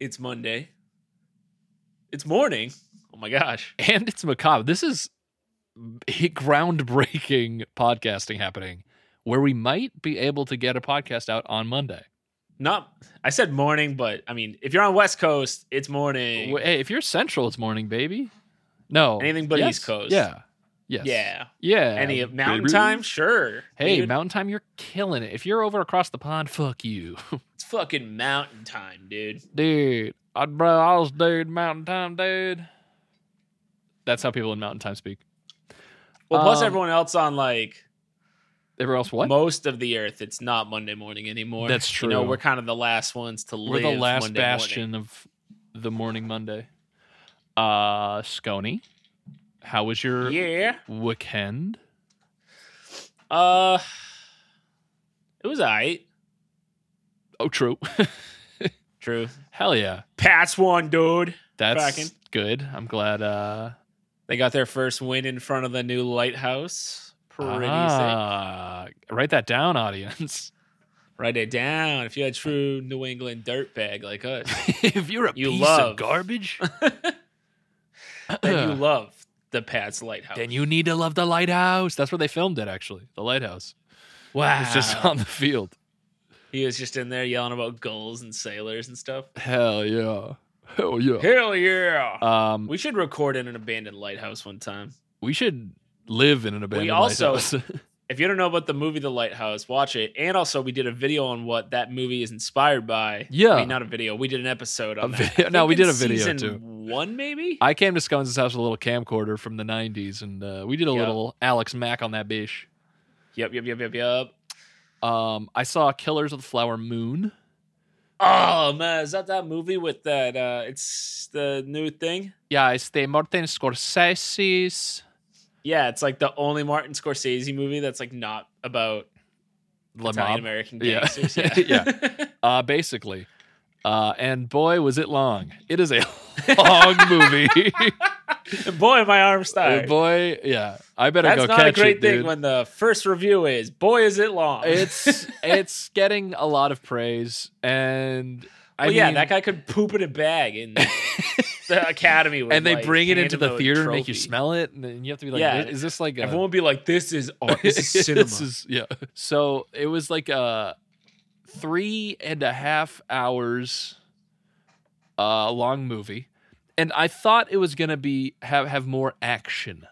It's Monday. It's morning. Oh my gosh. and it's macabre. This is a groundbreaking podcasting happening where we might be able to get a podcast out on Monday. Not I said morning, but I mean if you're on West Coast, it's morning. Well, Hey, if you're central, it's morning, baby. No. Anything but Yes. East Coast. Yeah. Yes. Yeah. Yeah. Any of mountain baby. time? Sure. Hey, dude. Mountain Time, you're killing it. If you're over across the pond, fuck you. it's fucking mountain time, dude. dude. I, bro, I was dude, Mountain Time, dude. That's how people in Mountain Time speak. Well, plus Um, everyone else on like Everyone else, what? most of the earth, it's not Monday morning anymore. That's You know, true. we're kind of the last ones to We're live. the last Monday morning. bastion of the morning Monday. Uh Scony, how was your Yeah. weekend? Uh, it was alright. Oh, true. True. Hell yeah, Pats won, dude. that's Cracking. good. I'm glad. Uh, They got their first win in front of the new lighthouse. Pretty sick. ah, write that down, audience. Write it down. If you're a true New England dirtbag like us, if you're a You piece love. of garbage, then you love the Pats lighthouse. then you need to love the lighthouse. That's where they filmed it, actually. The lighthouse. wow. It's just on the field. he was just in there yelling about gulls and sailors and stuff. Hell yeah. Hell yeah. Hell yeah. Um, we should record in an abandoned lighthouse one time. we should live in an abandoned also- lighthouse. If you don't know about the movie The Lighthouse, watch it. And also, we did a video on what that movie is inspired by. Yeah. I mean, not a video. We did an episode on A that. video- I no, think we in did a video, season too. One maybe. I came to Scones' house with a little camcorder from the 90s, and uh, we did a Yeah. little Alex Mack on that bish. yep, yep, yep, yep, yep. Um, I saw Killers of the Flower Moon. Oh man, is that that movie with that? uh It's the new thing. Yeah, it's the Martin Scorsese's Yeah, it's like the only Martin Scorsese movie that's like not about Le Italian Mob, American Yeah. gangsters. uh, basically. Uh, and boy, was it long. It is a long movie. Boy, my arm's Uh, tired. boy, yeah. I better That's go not a catch great it, thing dude. when the first review is, "Boy, is it long." it's it's getting a lot of praise, and I Well, yeah, mean- that guy could poop in a bag in the academy. would, and they like, bring it hand into him the a theater and make you trophy. smell it, and then you have to be like, Yeah, "Is this like a Everyone would be like, "This is art. This is cinema." This is- yeah. So it was like uh three and a half hours uh long movie. And I thought it was gonna be have have more action.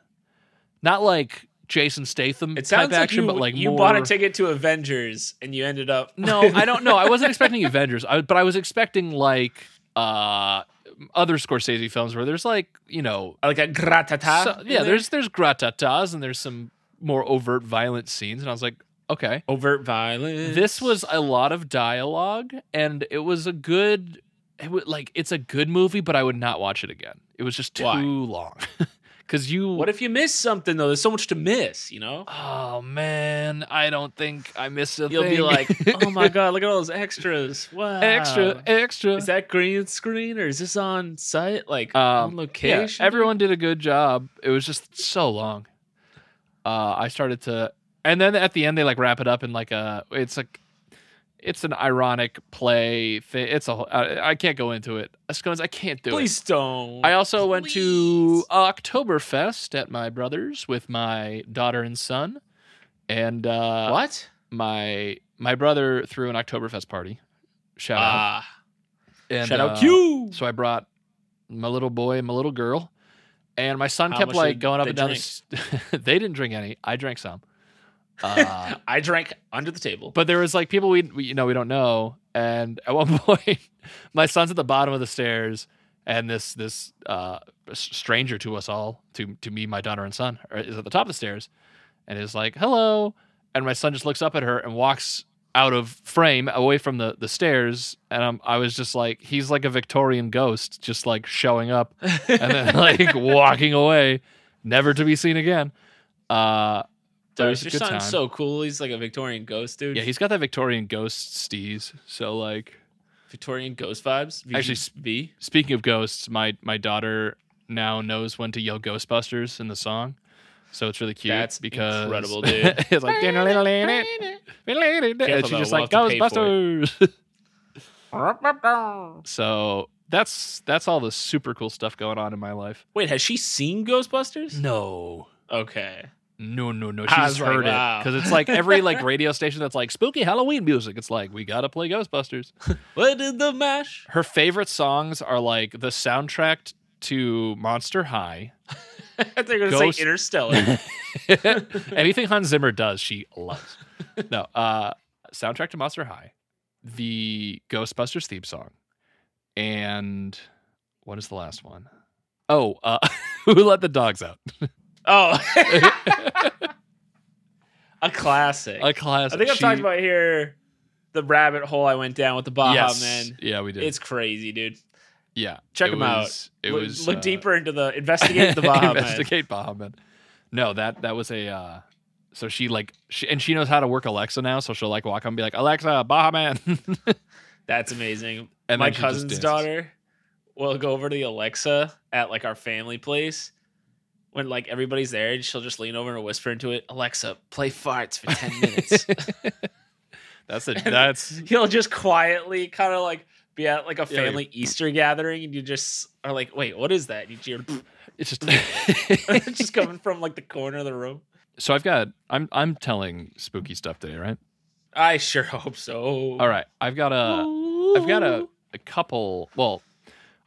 Not like Jason Statham it type sounds like action, you, but like you more bought a ticket to Avengers and you ended up. No, I don't know. I wasn't expecting Avengers, I, but I was expecting like uh other Scorsese films where there's like, you know, like a gratata. so- in yeah, there? there's there's gratatas and there's some more overt violent scenes and I was like, okay. overt violence. this was a lot of dialogue and it was a good it was, like it's a good movie but i would not watch it again it was just too Why? long because you What if you miss something though? There's so much to miss, you know. oh man i don't think i missed a You'll thing be like, "Oh my god, look at all those extras! Wow, extra extra Is that green screen or is this on site? Like Um, on Yeah, location? everyone did a good job it was just so long uh i started to and then at the end they like wrap it up in like a it's like it's an ironic play thing it's a whole- I, I can't go into it Scones, i can't do it Please don't. I also went to Please. Oktoberfest at my brother's with my daughter and son, and uh, what? my my brother threw an Oktoberfest party. Shout out! Ah, And, shout uh, out Q. So I brought my little boy and my little girl, and my son How kept much like did going up they and down. The drink? st- they didn't drink any. I drank some, uh, I drank under the table. but there was like people we, we you know we don't know. And at one point, my son's at the bottom of the stairs, and this this uh, s- stranger to us all, to to me, my daughter and son, are- is at the top of the stairs, and is like, "Hello," and my son just looks up at her and walks out of frame, away from the the stairs, and I'm, I was just like, he's like a Victorian ghost, just like showing up and then like walking away, never to be seen again. Uh, but it Dude, was a your good son's time. so cool. He's like a Victorian ghost dude. yeah, he's got that Victorian ghost steez. So like. Victorian ghost vibes. V- Actually, V. Speaking of ghosts, my my daughter now knows when to yell Ghostbusters in the song. So it's really cute That's because incredible, dude. it's like and she's though, just we'll like have to pay for Ghostbusters. so that's that's all the super cool stuff going on in my life. Wait, has she seen Ghostbusters? No. Okay. No, no, I no. She's was like, heard wow. it because it's like every like radio station that's like spooky Halloween music. It's like we gotta play Ghostbusters. What did the mash? Her favorite songs are like the soundtrack to Monster High. They're gonna Ghost- say Interstellar. Anything Hans Zimmer does, she loves. No, uh, soundtrack to Monster High, the Ghostbusters theme song, and what is the last one? Oh, uh, who let the dogs out? oh, a classic. A classic. I think I'm talking about here the rabbit hole I went down with the Baja yes. Man. Yeah, we did. It's crazy, dude. yeah, check it 'em out. was- It look, was look uh, deeper into the investigate the Baja Man. investigate Baja Man. No, that that was a. Uh, so she like she and she knows how to work Alexa now, so she'll like walk up and be like, "Alexa, Baja Man." That's amazing. And My then she just cousin's dances. daughter will go over to the Alexa at like our family place when like everybody's there, and she'll just lean over and whisper into it, "Alexa, play farts for ten minutes." that's a that's He'll just quietly kind of like be at like a Yeah, you- family Easter gathering, and you just are like, "Wait, what is that?" And you hear it's just it's just coming from like the corner of the room. so I've got I'm I'm telling spooky stuff today, right? I sure hope so. All right, I've got a I've got a, a couple. Well,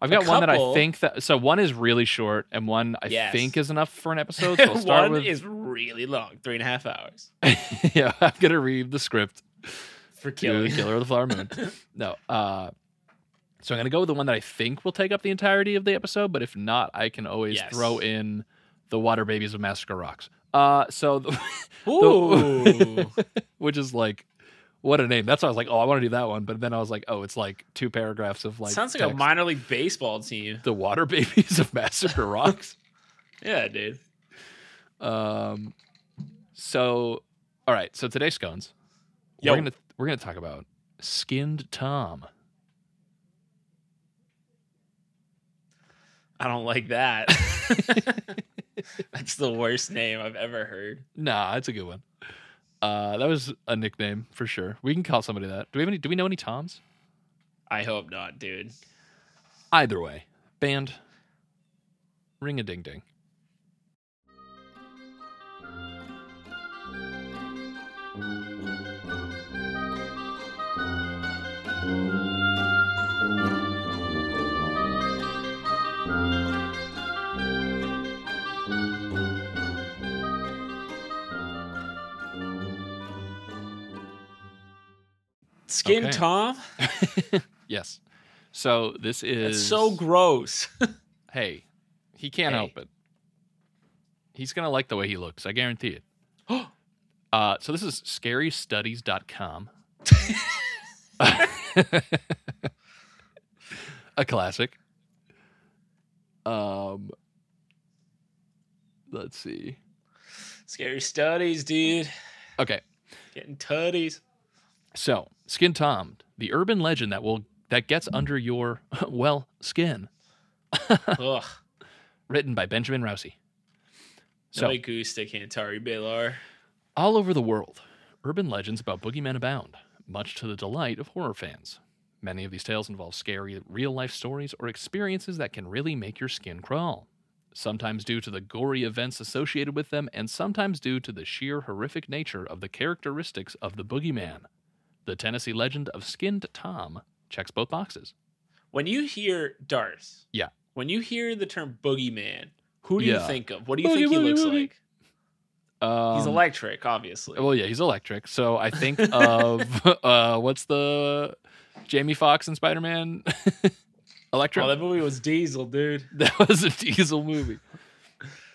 I've got one that I couple? think that so one is really short and one I Yes. think is enough for an episode. So I'll start One with is really long, three and a half hours yeah. I'm gonna read the script for to killing. the Killer of the Flower Moon. no, uh, so I'm gonna go with the one that I think will take up the entirety of the episode, but if not, I can always Yes. throw in the Water Babies of Massacre Rocks. Uh, so the, Ooh. which is like what a name. That's why I was like, oh, I want to do that one. But then I was like, oh, it's like two paragraphs of like Sounds like a text. minor league baseball team. the water babies of Massacre Rocks. Yeah, dude. um, so all right, so today's scones. Yo. We're gonna we're gonna talk about skinned Tom. I don't like that. That's the worst name I've ever heard. Nah, that's a good one. Uh, that was a nickname for sure. We can call somebody that. Do we have any? Do we know any Toms? I hope not, dude. Either way, band. Ring a ding ding. Skin Okay. Tom? Yes. So this That's is so gross. hey, he can't Hey. help it. He's gonna like the way he looks. I guarantee it. uh, so this is scarystudies.com. A classic. Um, let's see. Scary studies, dude. Okay, Getting tutties. so Skin Tom, the urban legend that will that gets under your well skin, Ugh. written by Benjamin Rousey. So No me gusta Cantari Baylor. All over the world, urban legends about boogeymen abound, much to the delight of horror fans. Many of these tales involve scary real life stories or experiences that can really make your skin crawl, sometimes due to the gory events associated with them, and sometimes due to the sheer horrific nature of the characteristics of the boogeyman. The Tennessee legend of Skinned Tom checks both boxes. When you hear Darth, Yeah. When you hear the term boogeyman, who do you Yeah. think of? What do you Boogie, think he boogie, looks boogie. like? Um, He's electric, obviously. Well, yeah, he's electric. So I think of uh, what's the Jamie Foxx and Spider Man Electro? Oh, that movie was Diesel, dude. that was a Diesel movie.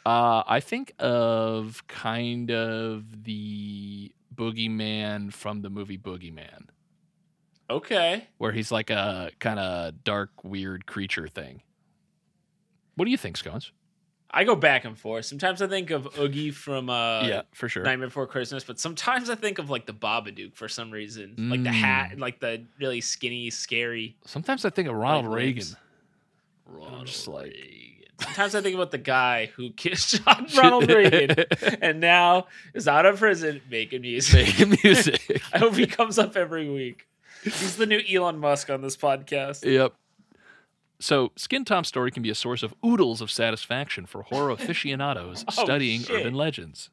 Uh, I think of kind of the boogeyman from the movie Boogeyman, Okay. where he's like a kind of dark, weird creature thing. What do you think, Scones? I go back and forth. Sometimes I think of Oogie from uh, for sure. Nightmare Before Christmas, but sometimes I think of like the Babadook for some reason, like the Mm. hat, and, like the really skinny, scary. Sometimes I think of Ronald like, Reagan. lips. Ronald just like- Reagan. Sometimes I think about the guy who kissed John Ronald Reagan and now is out of prison making music. Making music. I hope he comes up every week. He's the new Elon Musk on this podcast. Yep. So, Skin Tom's story can be a source of oodles of satisfaction for horror aficionados Oh, studying shit. urban legends.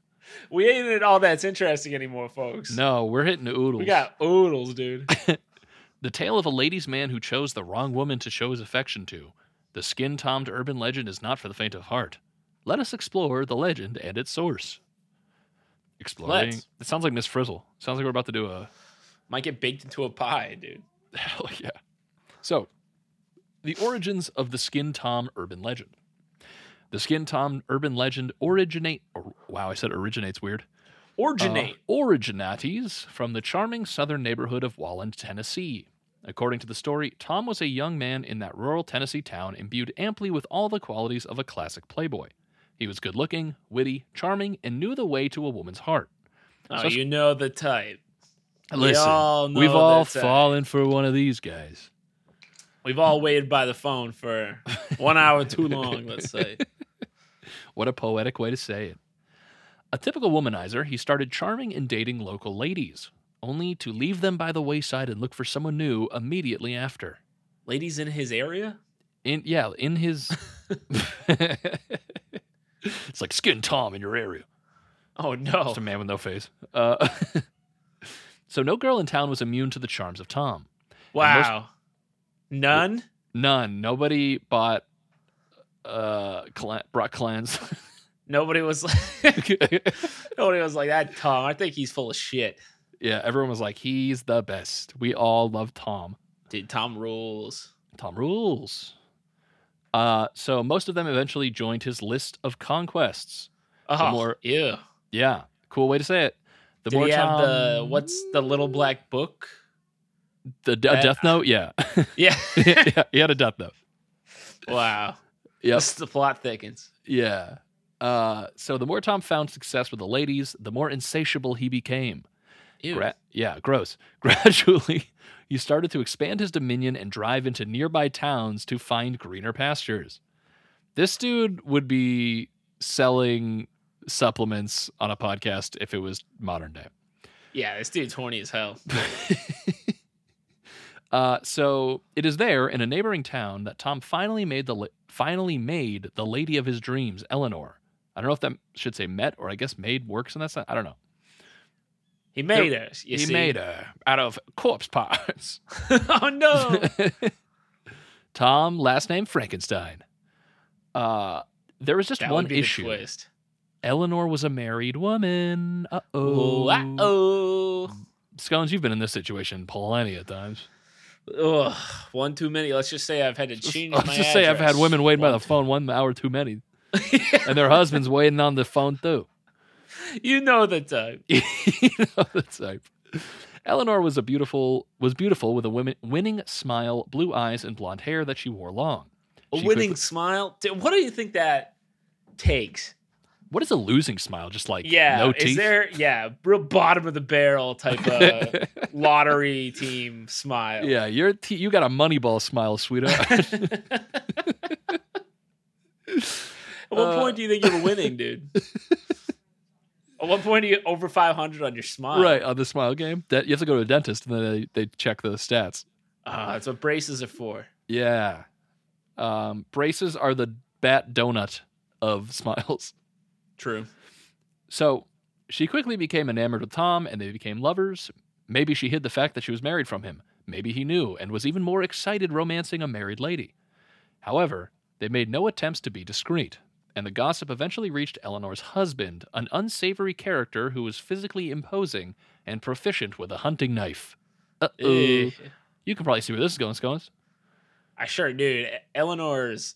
We ain't in all that's interesting anymore, folks. No, we're hitting the oodles. We got oodles, dude. The tale of a ladies' man who chose the wrong woman to show his affection to. The skin tommed urban legend is not for the faint of heart. Let us explore the legend and its source. Exploring. Let's. It sounds like Miss Frizzle. Sounds like we're about to do a Might get baked into a pie, dude. hell yeah. So, the origins of the skin tom urban legend. The skin tom urban legend originate. Or, wow, I said originates weird. Orginate. Uh, originates from the charming southern neighborhood of Walland, Tennessee. According to the story, Tom was a young man in that rural Tennessee town imbued amply with all the qualities of a classic playboy. He was good looking, witty, charming, and knew the way to a woman's heart. oh, so- you know the type. Listen, we all know eh? we've all the type. fallen for one of these guys. We've all waited by the phone for one hour too long, let's say. What a poetic way to say it. A typical womanizer, he started charming and dating local ladies, only to leave them by the wayside and look for someone new immediately after. Ladies in his area? In yeah, in his It's like skin Tom in your area. Oh no. Just a man with no face. Uh, so no girl in town was immune to the charms of Tom. Wow. None? None. Nobody bought uh cla brought clans. Nobody was like nobody was like that Tom. I think he's full of shit. yeah, everyone was like, he's the best. We all love Tom. Dude, Tom rules. Tom rules. Uh so most of them eventually joined his list of conquests. Oh, more- ew. Yeah. Cool way to say it. The Did more he have the Tom- what's the little black book? The d- a That- Death Note, yeah. Yeah. yeah, he had a Death Note. wow. Yep. This- the plot thickens. Yeah. Uh, so the more Tom found success with the ladies, the more insatiable he became. Ew. Gra- yeah, gross. Gradually, he started to expand his dominion and drive into nearby towns to find greener pastures. This dude would be selling supplements on a podcast if it was modern day. Yeah, this dude's horny as hell. Uh, so it is there in a neighboring town that Tom finally made the la- finally made the lady of his dreams, Eleanor. I don't know if that should say met or I guess made works in that sense. I don't know. He made her. You he see? uh, made her out of corpse parts. oh no. Tom, last name Frankenstein. Uh, there was just that one would be issue. the twist. Eleanor was a married woman. Uh Oh, oh. oh. Scones, you've been in this situation plenty of times. Ugh, one too many. Let's just say I've had to change Let's my just say I've had address. women waiting by the One- phone one hour too many. and their husband's waiting on the phone too. you know uh, the type. you know the type. Eleanor was a beautiful was beautiful with a women, winning smile, blue eyes, and blonde hair that she wore long. A She winning quickly- smile. Dude, What do you think that takes? what is a losing smile? Just like Yeah, no is teeth. there? Yeah, real bottom of the barrel type of lottery team smile. yeah, your te- you got a Moneyball smile, sweetheart. At what Uh, point do you think you're winning, dude? At what point are you over 500 on your smile? right on the smile game. That you have to go to a dentist and then they, they check the stats. Ah, that's what braces are for. Yeah, um, braces are the bat donut of smiles. True. So she quickly became enamored with Tom and they became lovers. Maybe she hid the fact that she was married from him. Maybe he knew and was even more excited romancing a married lady. However, they made no attempts to be discreet, and the gossip eventually reached Eleanor's husband, an unsavory character who was physically imposing and proficient with a hunting knife. Uh oh. Eh, You can probably see where this is going, Scones. I sure, dude. E- Eleanor's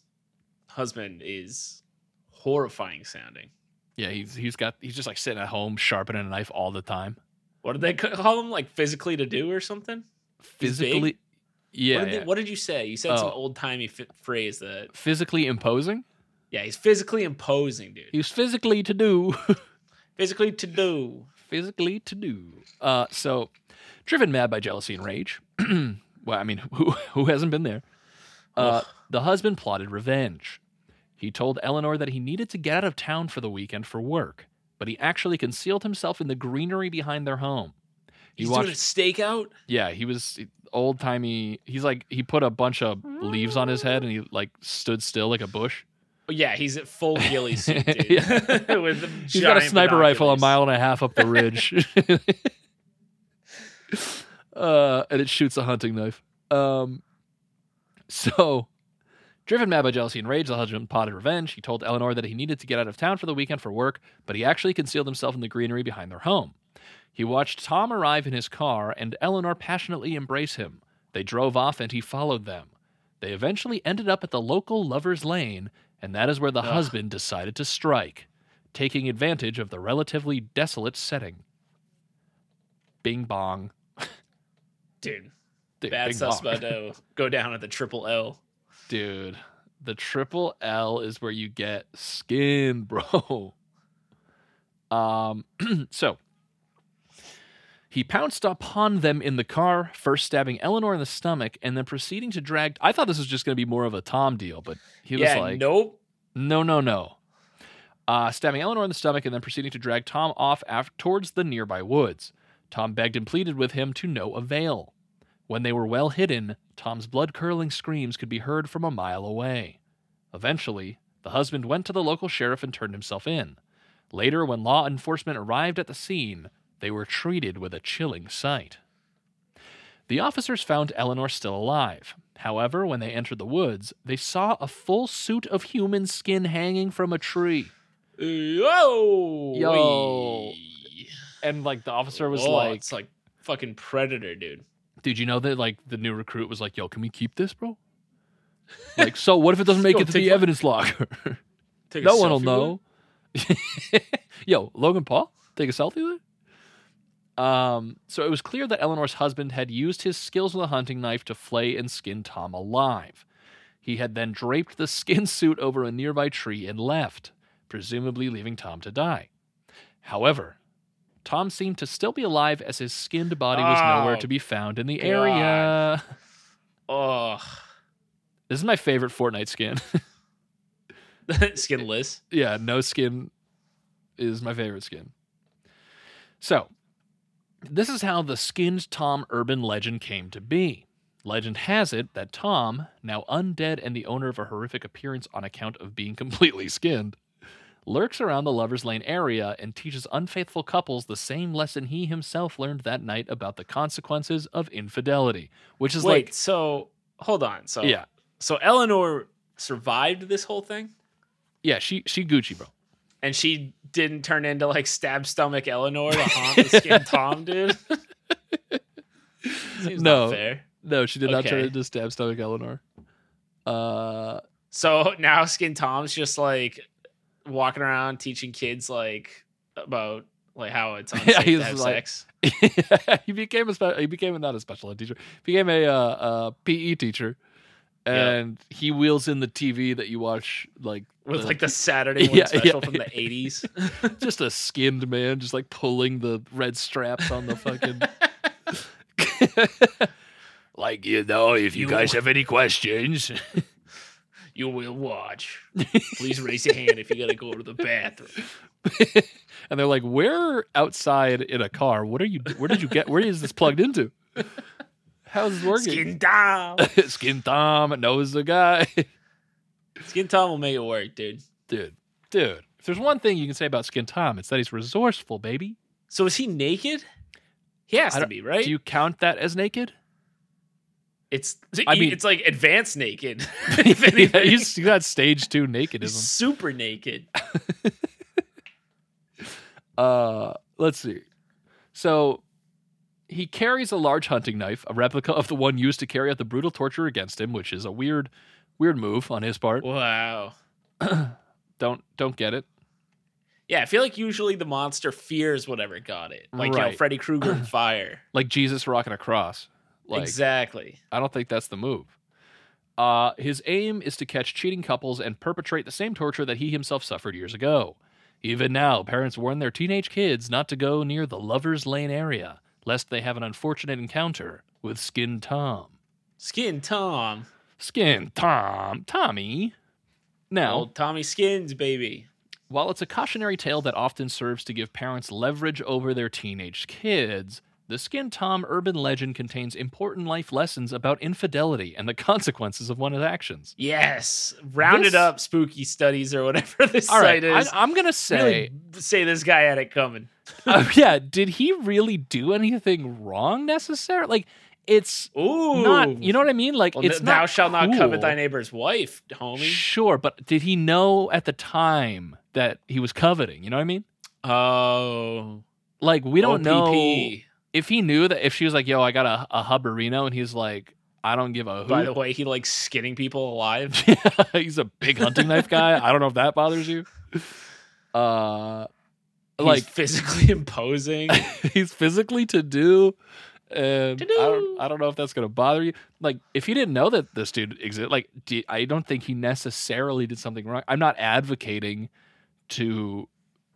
husband is horrifying sounding. Yeah, he's he's got he's just like sitting at home sharpening a knife all the time. What did they ca- call him? Like physically to do or something? He's big? Physically Yeah. what, did they- yeah. what did you say? You said some Oh. old timey f- phrase that. Physically imposing? Yeah, he's physically imposing, dude. He's physically to do. Physically to do. physically to do. Uh, so, driven mad by jealousy and rage. well, I mean, who who hasn't been there? Uh, Ugh. the husband plotted revenge. He told Eleanor that he needed to get out of town for the weekend for work, but he actually concealed himself in the greenery behind their home. He He's watched. doing a stakeout. yeah, he was old timey. He's like he put a bunch of Mm. leaves on his head and he like stood still like a bush. Oh, Yeah, he's at full ghillie suit, dude. Yeah. With the He's got a giant sniper rifle a binoculars. mile and a half up the ridge. uh, and it shoots a hunting knife. Um, so, driven mad by jealousy and rage, the husband plotted revenge. He told Eleanor that he needed to get out of town for the weekend for work, but he actually concealed himself in the greenery behind their home. He watched Tom arrive in his car and Eleanor passionately embrace him. They drove off and he followed them. They eventually ended up at the local Lover's Lane, and that is where the Ugh. husband decided to strike, taking advantage of the relatively desolate setting. Bing bong. Dude, Dude, bad bing stuff's bong. about to go down at the triple L. Dude, the triple L is where you get skin, bro. Um, so he pounced upon them in the car, first stabbing Eleanor in the stomach and then proceeding to drag. I thought this was just going to be more of a Tom deal, but he yeah, was like, nope. no, no, no. Uh, stabbing Eleanor in the stomach and then proceeding to drag Tom off af- towards the nearby woods. Tom begged and pleaded with him to no avail. When they were well hidden, Tom's blood curdling screams could be heard from a mile away. Eventually, the husband went to the local sheriff and turned himself in. Later, when law enforcement arrived at the scene, they were treated with a chilling sight. The officers found Eleanor still alive. However, when they entered the woods, they saw a full suit of human skin hanging from a tree. Yo, Oh, Yo. And like the officer was like, it's like fucking predator, dude. "Dude, you know that like the new recruit was like, "Yo, can we keep this, bro?" like, so what if it doesn't make Yo, it to take the my- evidence locker? Take a no one will selfie know. Yo, Logan Paul, take a selfie with it. Um, so it was clear that Eleanor's husband had used his skills with a hunting knife to flay and skin Tom alive. He had then draped the skin suit over a nearby tree and left, presumably leaving Tom to die. However, Tom seemed to still be alive as his skinned body was nowhere Oh, to be found in the God. area. Oh, This is my favorite Fortnite skin. skinless. yeah, no skin is my favorite skin. So, this is how the skinned Tom urban legend came to be. Legend has it that Tom, now undead and the owner of a horrific appearance on account of being completely skinned, lurks around the Lover's Lane area and teaches unfaithful couples the same lesson he himself learned that night about the consequences of infidelity, which is Wait, so hold on. So like, yeah, so Eleanor survived this whole thing, yeah, she she Gucci bro. and she didn't turn into like stab stomach Eleanor to haunt the skin Tom, dude. Seems No. not fair. No, she did not turn Okay. into stab stomach Eleanor. Uh, So now Skin Tom's just like walking around teaching kids like about like how it's unsafe Yeah, he's to have like- sex. he became a spe- he became not a special ed teacher, became a uh, uh, PE teacher, and he wheels in the TV that you watch like with the- like the Saturday one Yeah, yeah. special from the 80s. just a skinned man just like pulling the red straps on the fucking. like you know, if you guys have any questions, you will watch. Please raise your hand if you gotta go to the bathroom. and they're like, "We're outside in a car. What are you? Where did you get? Where is this plugged into? How's this working?" Skin Tom. Skin Tom knows the guy. Skin Tom will make it work, dude. dude, dude. If there's one thing you can say about Skin Tom, it's that he's resourceful, baby. So is he naked? He has I to don't- be, right? Do you count that as naked? it's I mean- it's like advanced naked. if yeah, anything. he's he's got stage two He's nakedism. super naked. Uh, let's see. So he carries a large hunting knife, a replica of the one used to carry out the brutal torture against him, which is a weird, weird move on his part. Wow. Don't don't get it. Yeah, I feel like usually the monster fears whatever got it. Like you know, Right. Freddy Krueger and fire. Like Jesus rocking a cross. Like exactly. I don't think that's the move. Uh, his aim is to catch cheating couples and perpetrate the same torture that he himself suffered years ago. Even now, parents warn their teenage kids not to go near the Lover's Lane area, lest they have an unfortunate encounter with Skin Tom. Skin Tom. Skin Tom, Tommy. Now, Old Tommy Skins, baby. while it's a cautionary tale that often serves to give parents leverage over their teenage kids, The Skin Tom urban legend contains important life lessons about infidelity and the consequences of one's actions. Yes, rounded This- up spooky studies or whatever this All right, site is. I, am gonna say, really b- say this guy had it coming. Uh, yeah, did he really do anything wrong necessarily? Like, it's Ooh, not, you know what I mean? Like, Well, it's n- thou not shalt not covet thy cool. neighbor's wife, homie. Sure, but did he know at the time that he was coveting? You know what I mean? Oh, Like, we don't know OPP. if he knew that if she was like, "Yo, I got a, a hubberino," and he's like, "I don't give a By the hoot." way, he likes skinning people alive. he's a big hunting knife guy. I don't know if that bothers you. Uh, like like physically imposing. he's physically to do and I To-do. don't, I don't know if that's going to bother you like if you didn't know that this dude exists like do, i don't think he necessarily did something wrong i'm not advocating to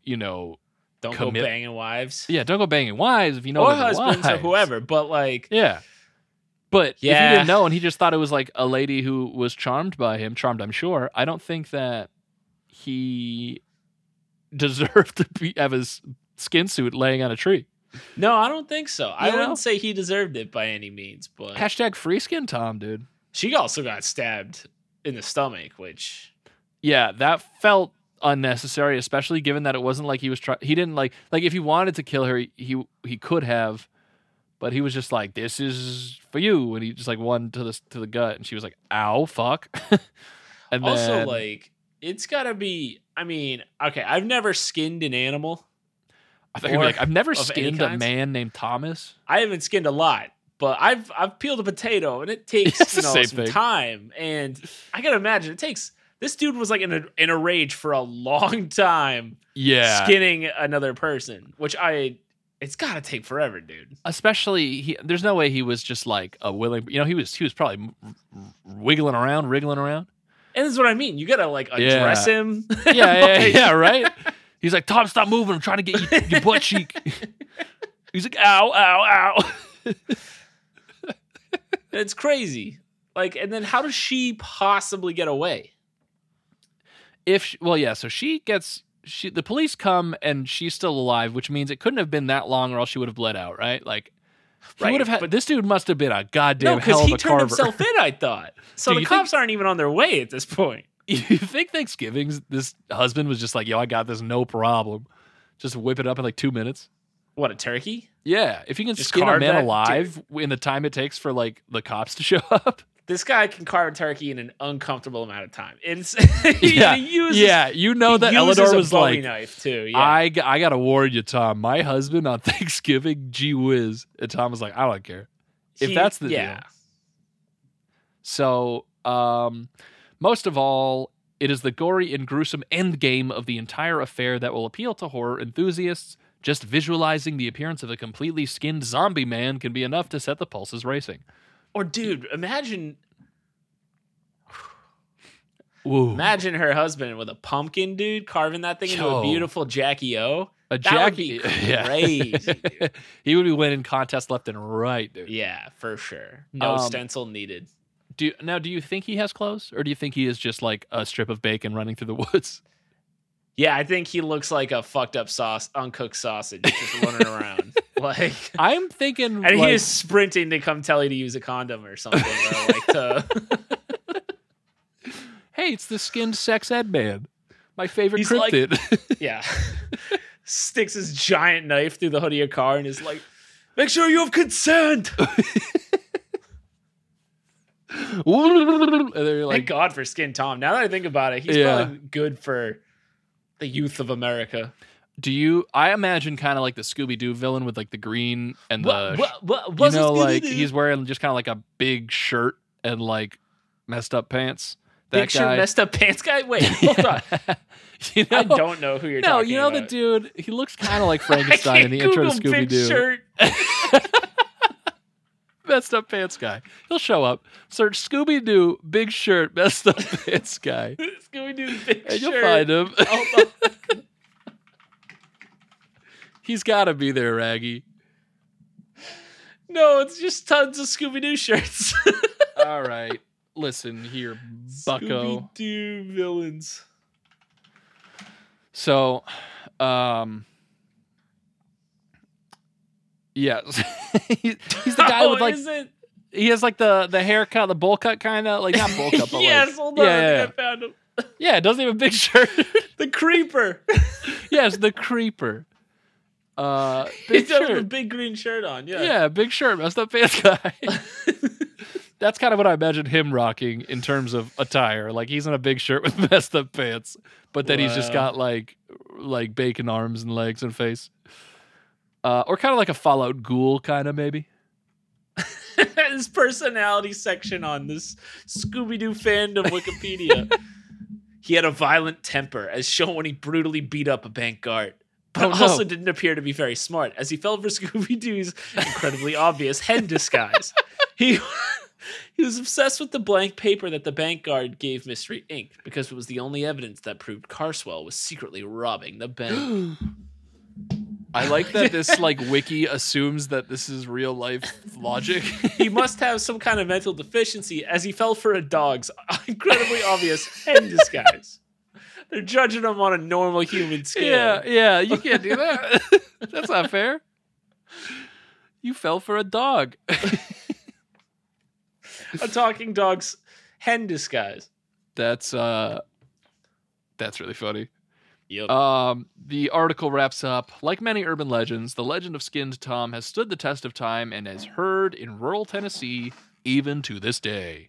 you know Don't Commit- go banging wives yeah don't go banging wives if you know or they're husbands or wives. whoever. But like, yeah but if Yeah. you didn't know and he just thought it was like a lady who was charmed by him charmed i'm sure i don't think that he deserved to be have his skin suit laying on a tree no, I don't think so. I You know? wouldn't say he deserved it by any means. But hashtag free skin tom dude she also got stabbed in the stomach, which yeah that felt unnecessary especially given that it wasn't like he was trying he didn't like like if he wanted to kill her he he could have but he was just like this is for you and he just like one to the to the gut and she was like ow fuck and also then, like it's gotta be. I mean, okay, I've never skinned an animal. I think I'd be like or i've never of any skinned a kinds. man named thomas I haven't skinned a lot, but I've I've peeled a potato, and it takes It's you the know same some thing. time. And I gotta imagine it takes. This dude was like in a in a rage for a long time, yeah skinning another person, which I it's gotta take forever, dude. especially he, there's no way he was just like a willing you know he was he was probably m- w- wiggling around wriggling around And this is what I mean. You gotta like Yeah. address him. yeah, yeah, Like- yeah, right? He's like, Tom, stop moving. I'm trying to get you, your butt cheek. He's like, ow, ow, ow. It's crazy. Like, and then how does she possibly get away? If she, well, yeah. So she gets she the police come and she's still alive, which means it couldn't have been that long, or else she would have bled out, right? Like, he Right, would have had but- this dude must have been a No, goddamn because hell of he a turned carver. himself in. I thought so. Do the you cops aren't even on their way at this point. you think Thanksgiving's this husband was just like, yo, I got this, no problem. Just whip it up in like two minutes. What a turkey! Yeah, if you can Just skin a carve man that dude. alive in the time it takes for like the cops to show up, this guy can carve a turkey in an uncomfortable amount of time. It's Yeah, he uses, yeah, you know he that uses Elidor a was Bowie like, knife too. Yeah, I, g- I gotta warn you, Tom. My husband on Thanksgiving, gee whiz. And Tom was like, I don't care. if He- that's the yeah, So, um, most of all, it is the gory and gruesome endgame of the entire affair that will appeal to horror enthusiasts. Just visualizing the appearance of a completely skinned zombie man can be enough to set the pulses racing. or dude, imagine Woo. imagine her husband with a pumpkin, dude, carving that thing into Yo. a beautiful Jackie O. a that would be yeah. crazy, dude. he would be winning contests left and right, dude. Yeah, for sure. No Um, stencil needed. Do now, do you think he has clothes, or do you think he is just like a strip of bacon running through the woods? Yeah, I think he looks like a fucked up sauce, uncooked sausage, just running around like. I'm thinking, And Um, like, he is sprinting to come tell you to use a condom or something, or like to hey, it's the skinned sex ed man, my favorite He's like- cryptid. Yeah. Sticks his giant knife through the hood of your car and is like, make sure you have consent. and they're Thank like, God for Skin Tom. Now that I think about it, he's Yeah. probably good for the youth of America. do you? I imagine kind of like the Scooby Doo villain with like the green and the, What- what- what- you what's know, this gonna like do? he's wearing just kind of like a big shirt and like messed up pants. That picture guy. messed up pants guy. Wait, hold on. you know, I don't know who you're No, talking you know the about. dude. He looks kind of like I Frankenstein in can't the intro to Google Scooby big Doo. shirt. messed up pants guy. He'll show up. Search Scooby Doo big shirt messed up pants guy, Scooby Doo's big and you'll shirt. find him. Hold on. He's got to be there, Raggy. No, it's just tons of Scooby Doo shirts. All right, listen here, Bucko. Scooby Doo villains. So, um, Yes. He- he's the guy with No, like Oh, is it? he has like the the haircut, the bowl cut kind of like not bowl cut, but yes, like hold yeah, on. yeah, I think I found him. yeah, it doesn't even big shirt. The creeper. yes, the creeper. Uh, he big does the shirt. big green shirt on. Yeah. Yeah, big shirt, messed up pants guy. That's kind of what I imagine him rocking in terms of attire. Like he's in a big shirt with messed up pants, but then he's just Wow. got like like bacon arms and legs and face. Uh, or kind of like a Fallout ghoul, kind of maybe. His personality section on this Scooby Doo fandom Wikipedia. he had a violent temper, as shown when he brutally beat up a bank guard. But Oh, no. also didn't appear to be very smart, as he fell for Scooby Doo's incredibly obvious head disguise. He. He was obsessed with the blank paper that the bank guard gave Mystery Inc. because it was the only evidence that proved Carswell was secretly robbing the bank. I like that this like wiki assumes that this is real life logic. he must have some kind of mental deficiency as he fell for a dog's incredibly obvious head disguise. They're judging him on a normal human scale. Yeah, yeah, you can't do that. That's not fair. You fell for a dog. A talking dog's hen disguise. That's uh that's really funny. Yep. Um the article wraps up, like many urban legends, the legend of Skinned Tom has stood the test of time and is heard in rural Tennessee even to this day.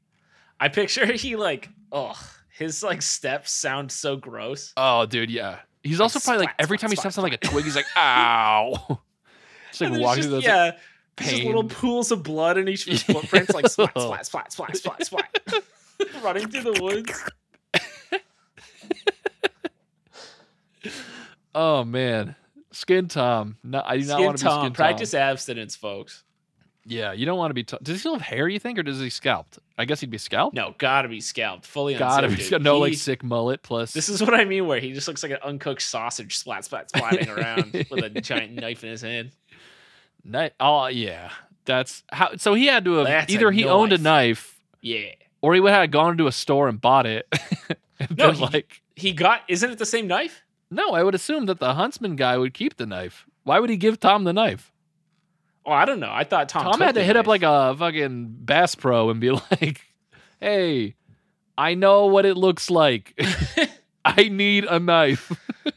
I picture he like, oh, his like steps sound so gross. Oh, dude, yeah. He's also probably like splat, every splat, time he splat, steps on like a twig, he's like, ow. It's like And there's walking just- through those like, yeah, there's just little pain. pools of blood in each of his Yeah. footprints, like splat, splat, splat, splat, splat, splat, running through the woods. Oh man, Skin Tom. No, I do not Skin want to be Skin Tom, Tom. practice abstinence, folks. Yeah, you don't want to be. Tom. Does he still have hair? You think, or does he scalped? I guess he'd be scalped. No, gotta be scalped, fully gotta unscathed, be dude. scalped. No, like He- sick mullet plus. This is what I mean, where he just looks like an uncooked sausage, splat splat splatting around with a giant knife in his hand. Ni- oh yeah, that's how. So he had to have That's a either he owned a knife. knife Yeah, or he would have gone to a store and bought it. and No, then, he- like he got. Isn't it the same knife? no, I would assume that the huntsman guy would keep the knife. Why would he give Tom the knife? Oh, I don't know. I thought Tom. Tom, took had to the hit up knife. like a fucking Bass Pro and be like, "Hey, I know what it looks like. I need a knife."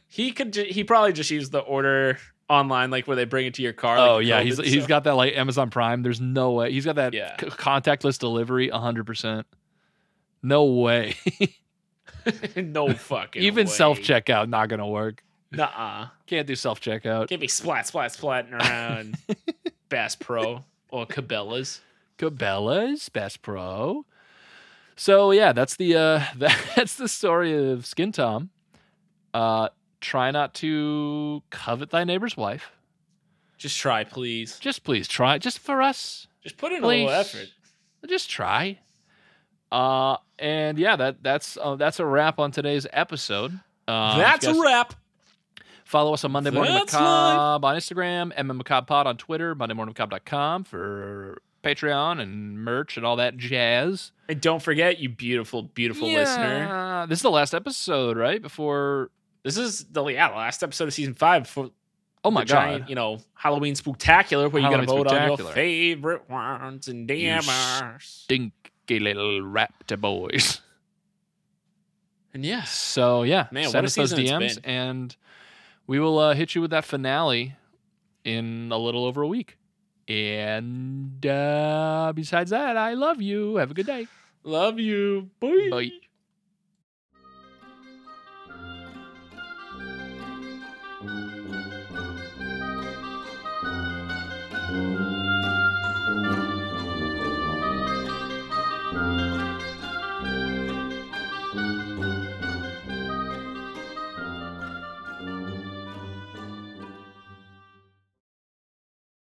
he could. Ju- he probably just used the order online, like where they bring it to your car. like oh the yeah, COVID he's he's stuff. got that like Amazon Prime. There's no way he's got that Yeah. c- contactless delivery. hundred percent. No way. no fucking. Even way. self checkout not gonna work. Nuh-uh. Can't do self checkout. Can't be splat splat splatting around. Bass Pro or Cabela's. Cabela's Best Pro. So yeah, that's the uh that's the story of Skin Tom. Uh, try not to covet thy neighbor's wife. Just try, please. Just please try, just for us. Just put in a Please. little effort. just try. Uh, and yeah, that that's uh, that's a wrap on today's episode. Uh, That's if a you guys wrap. Follow us on Monday Morning That's Macabre on Instagram, MM Macabre Pod on Twitter, MondayMorningMacabre.com for Patreon and merch and all that jazz. And don't forget, you beautiful, beautiful listener. Yeah. This is the last episode, right? Before This is the yeah last episode of season five for oh my the giant, god, you know, Halloween spectacular where you got to Halloween vote on your Spooktacular. favorite ones and dammers. dinky little raptor boys. And yes, So yeah, Man, send what a us those season it's DMs, been. and we will uh, hit you with that finale in a little over a week. And uh, besides that, I love you. Have a good day. love you. Bye. Bye.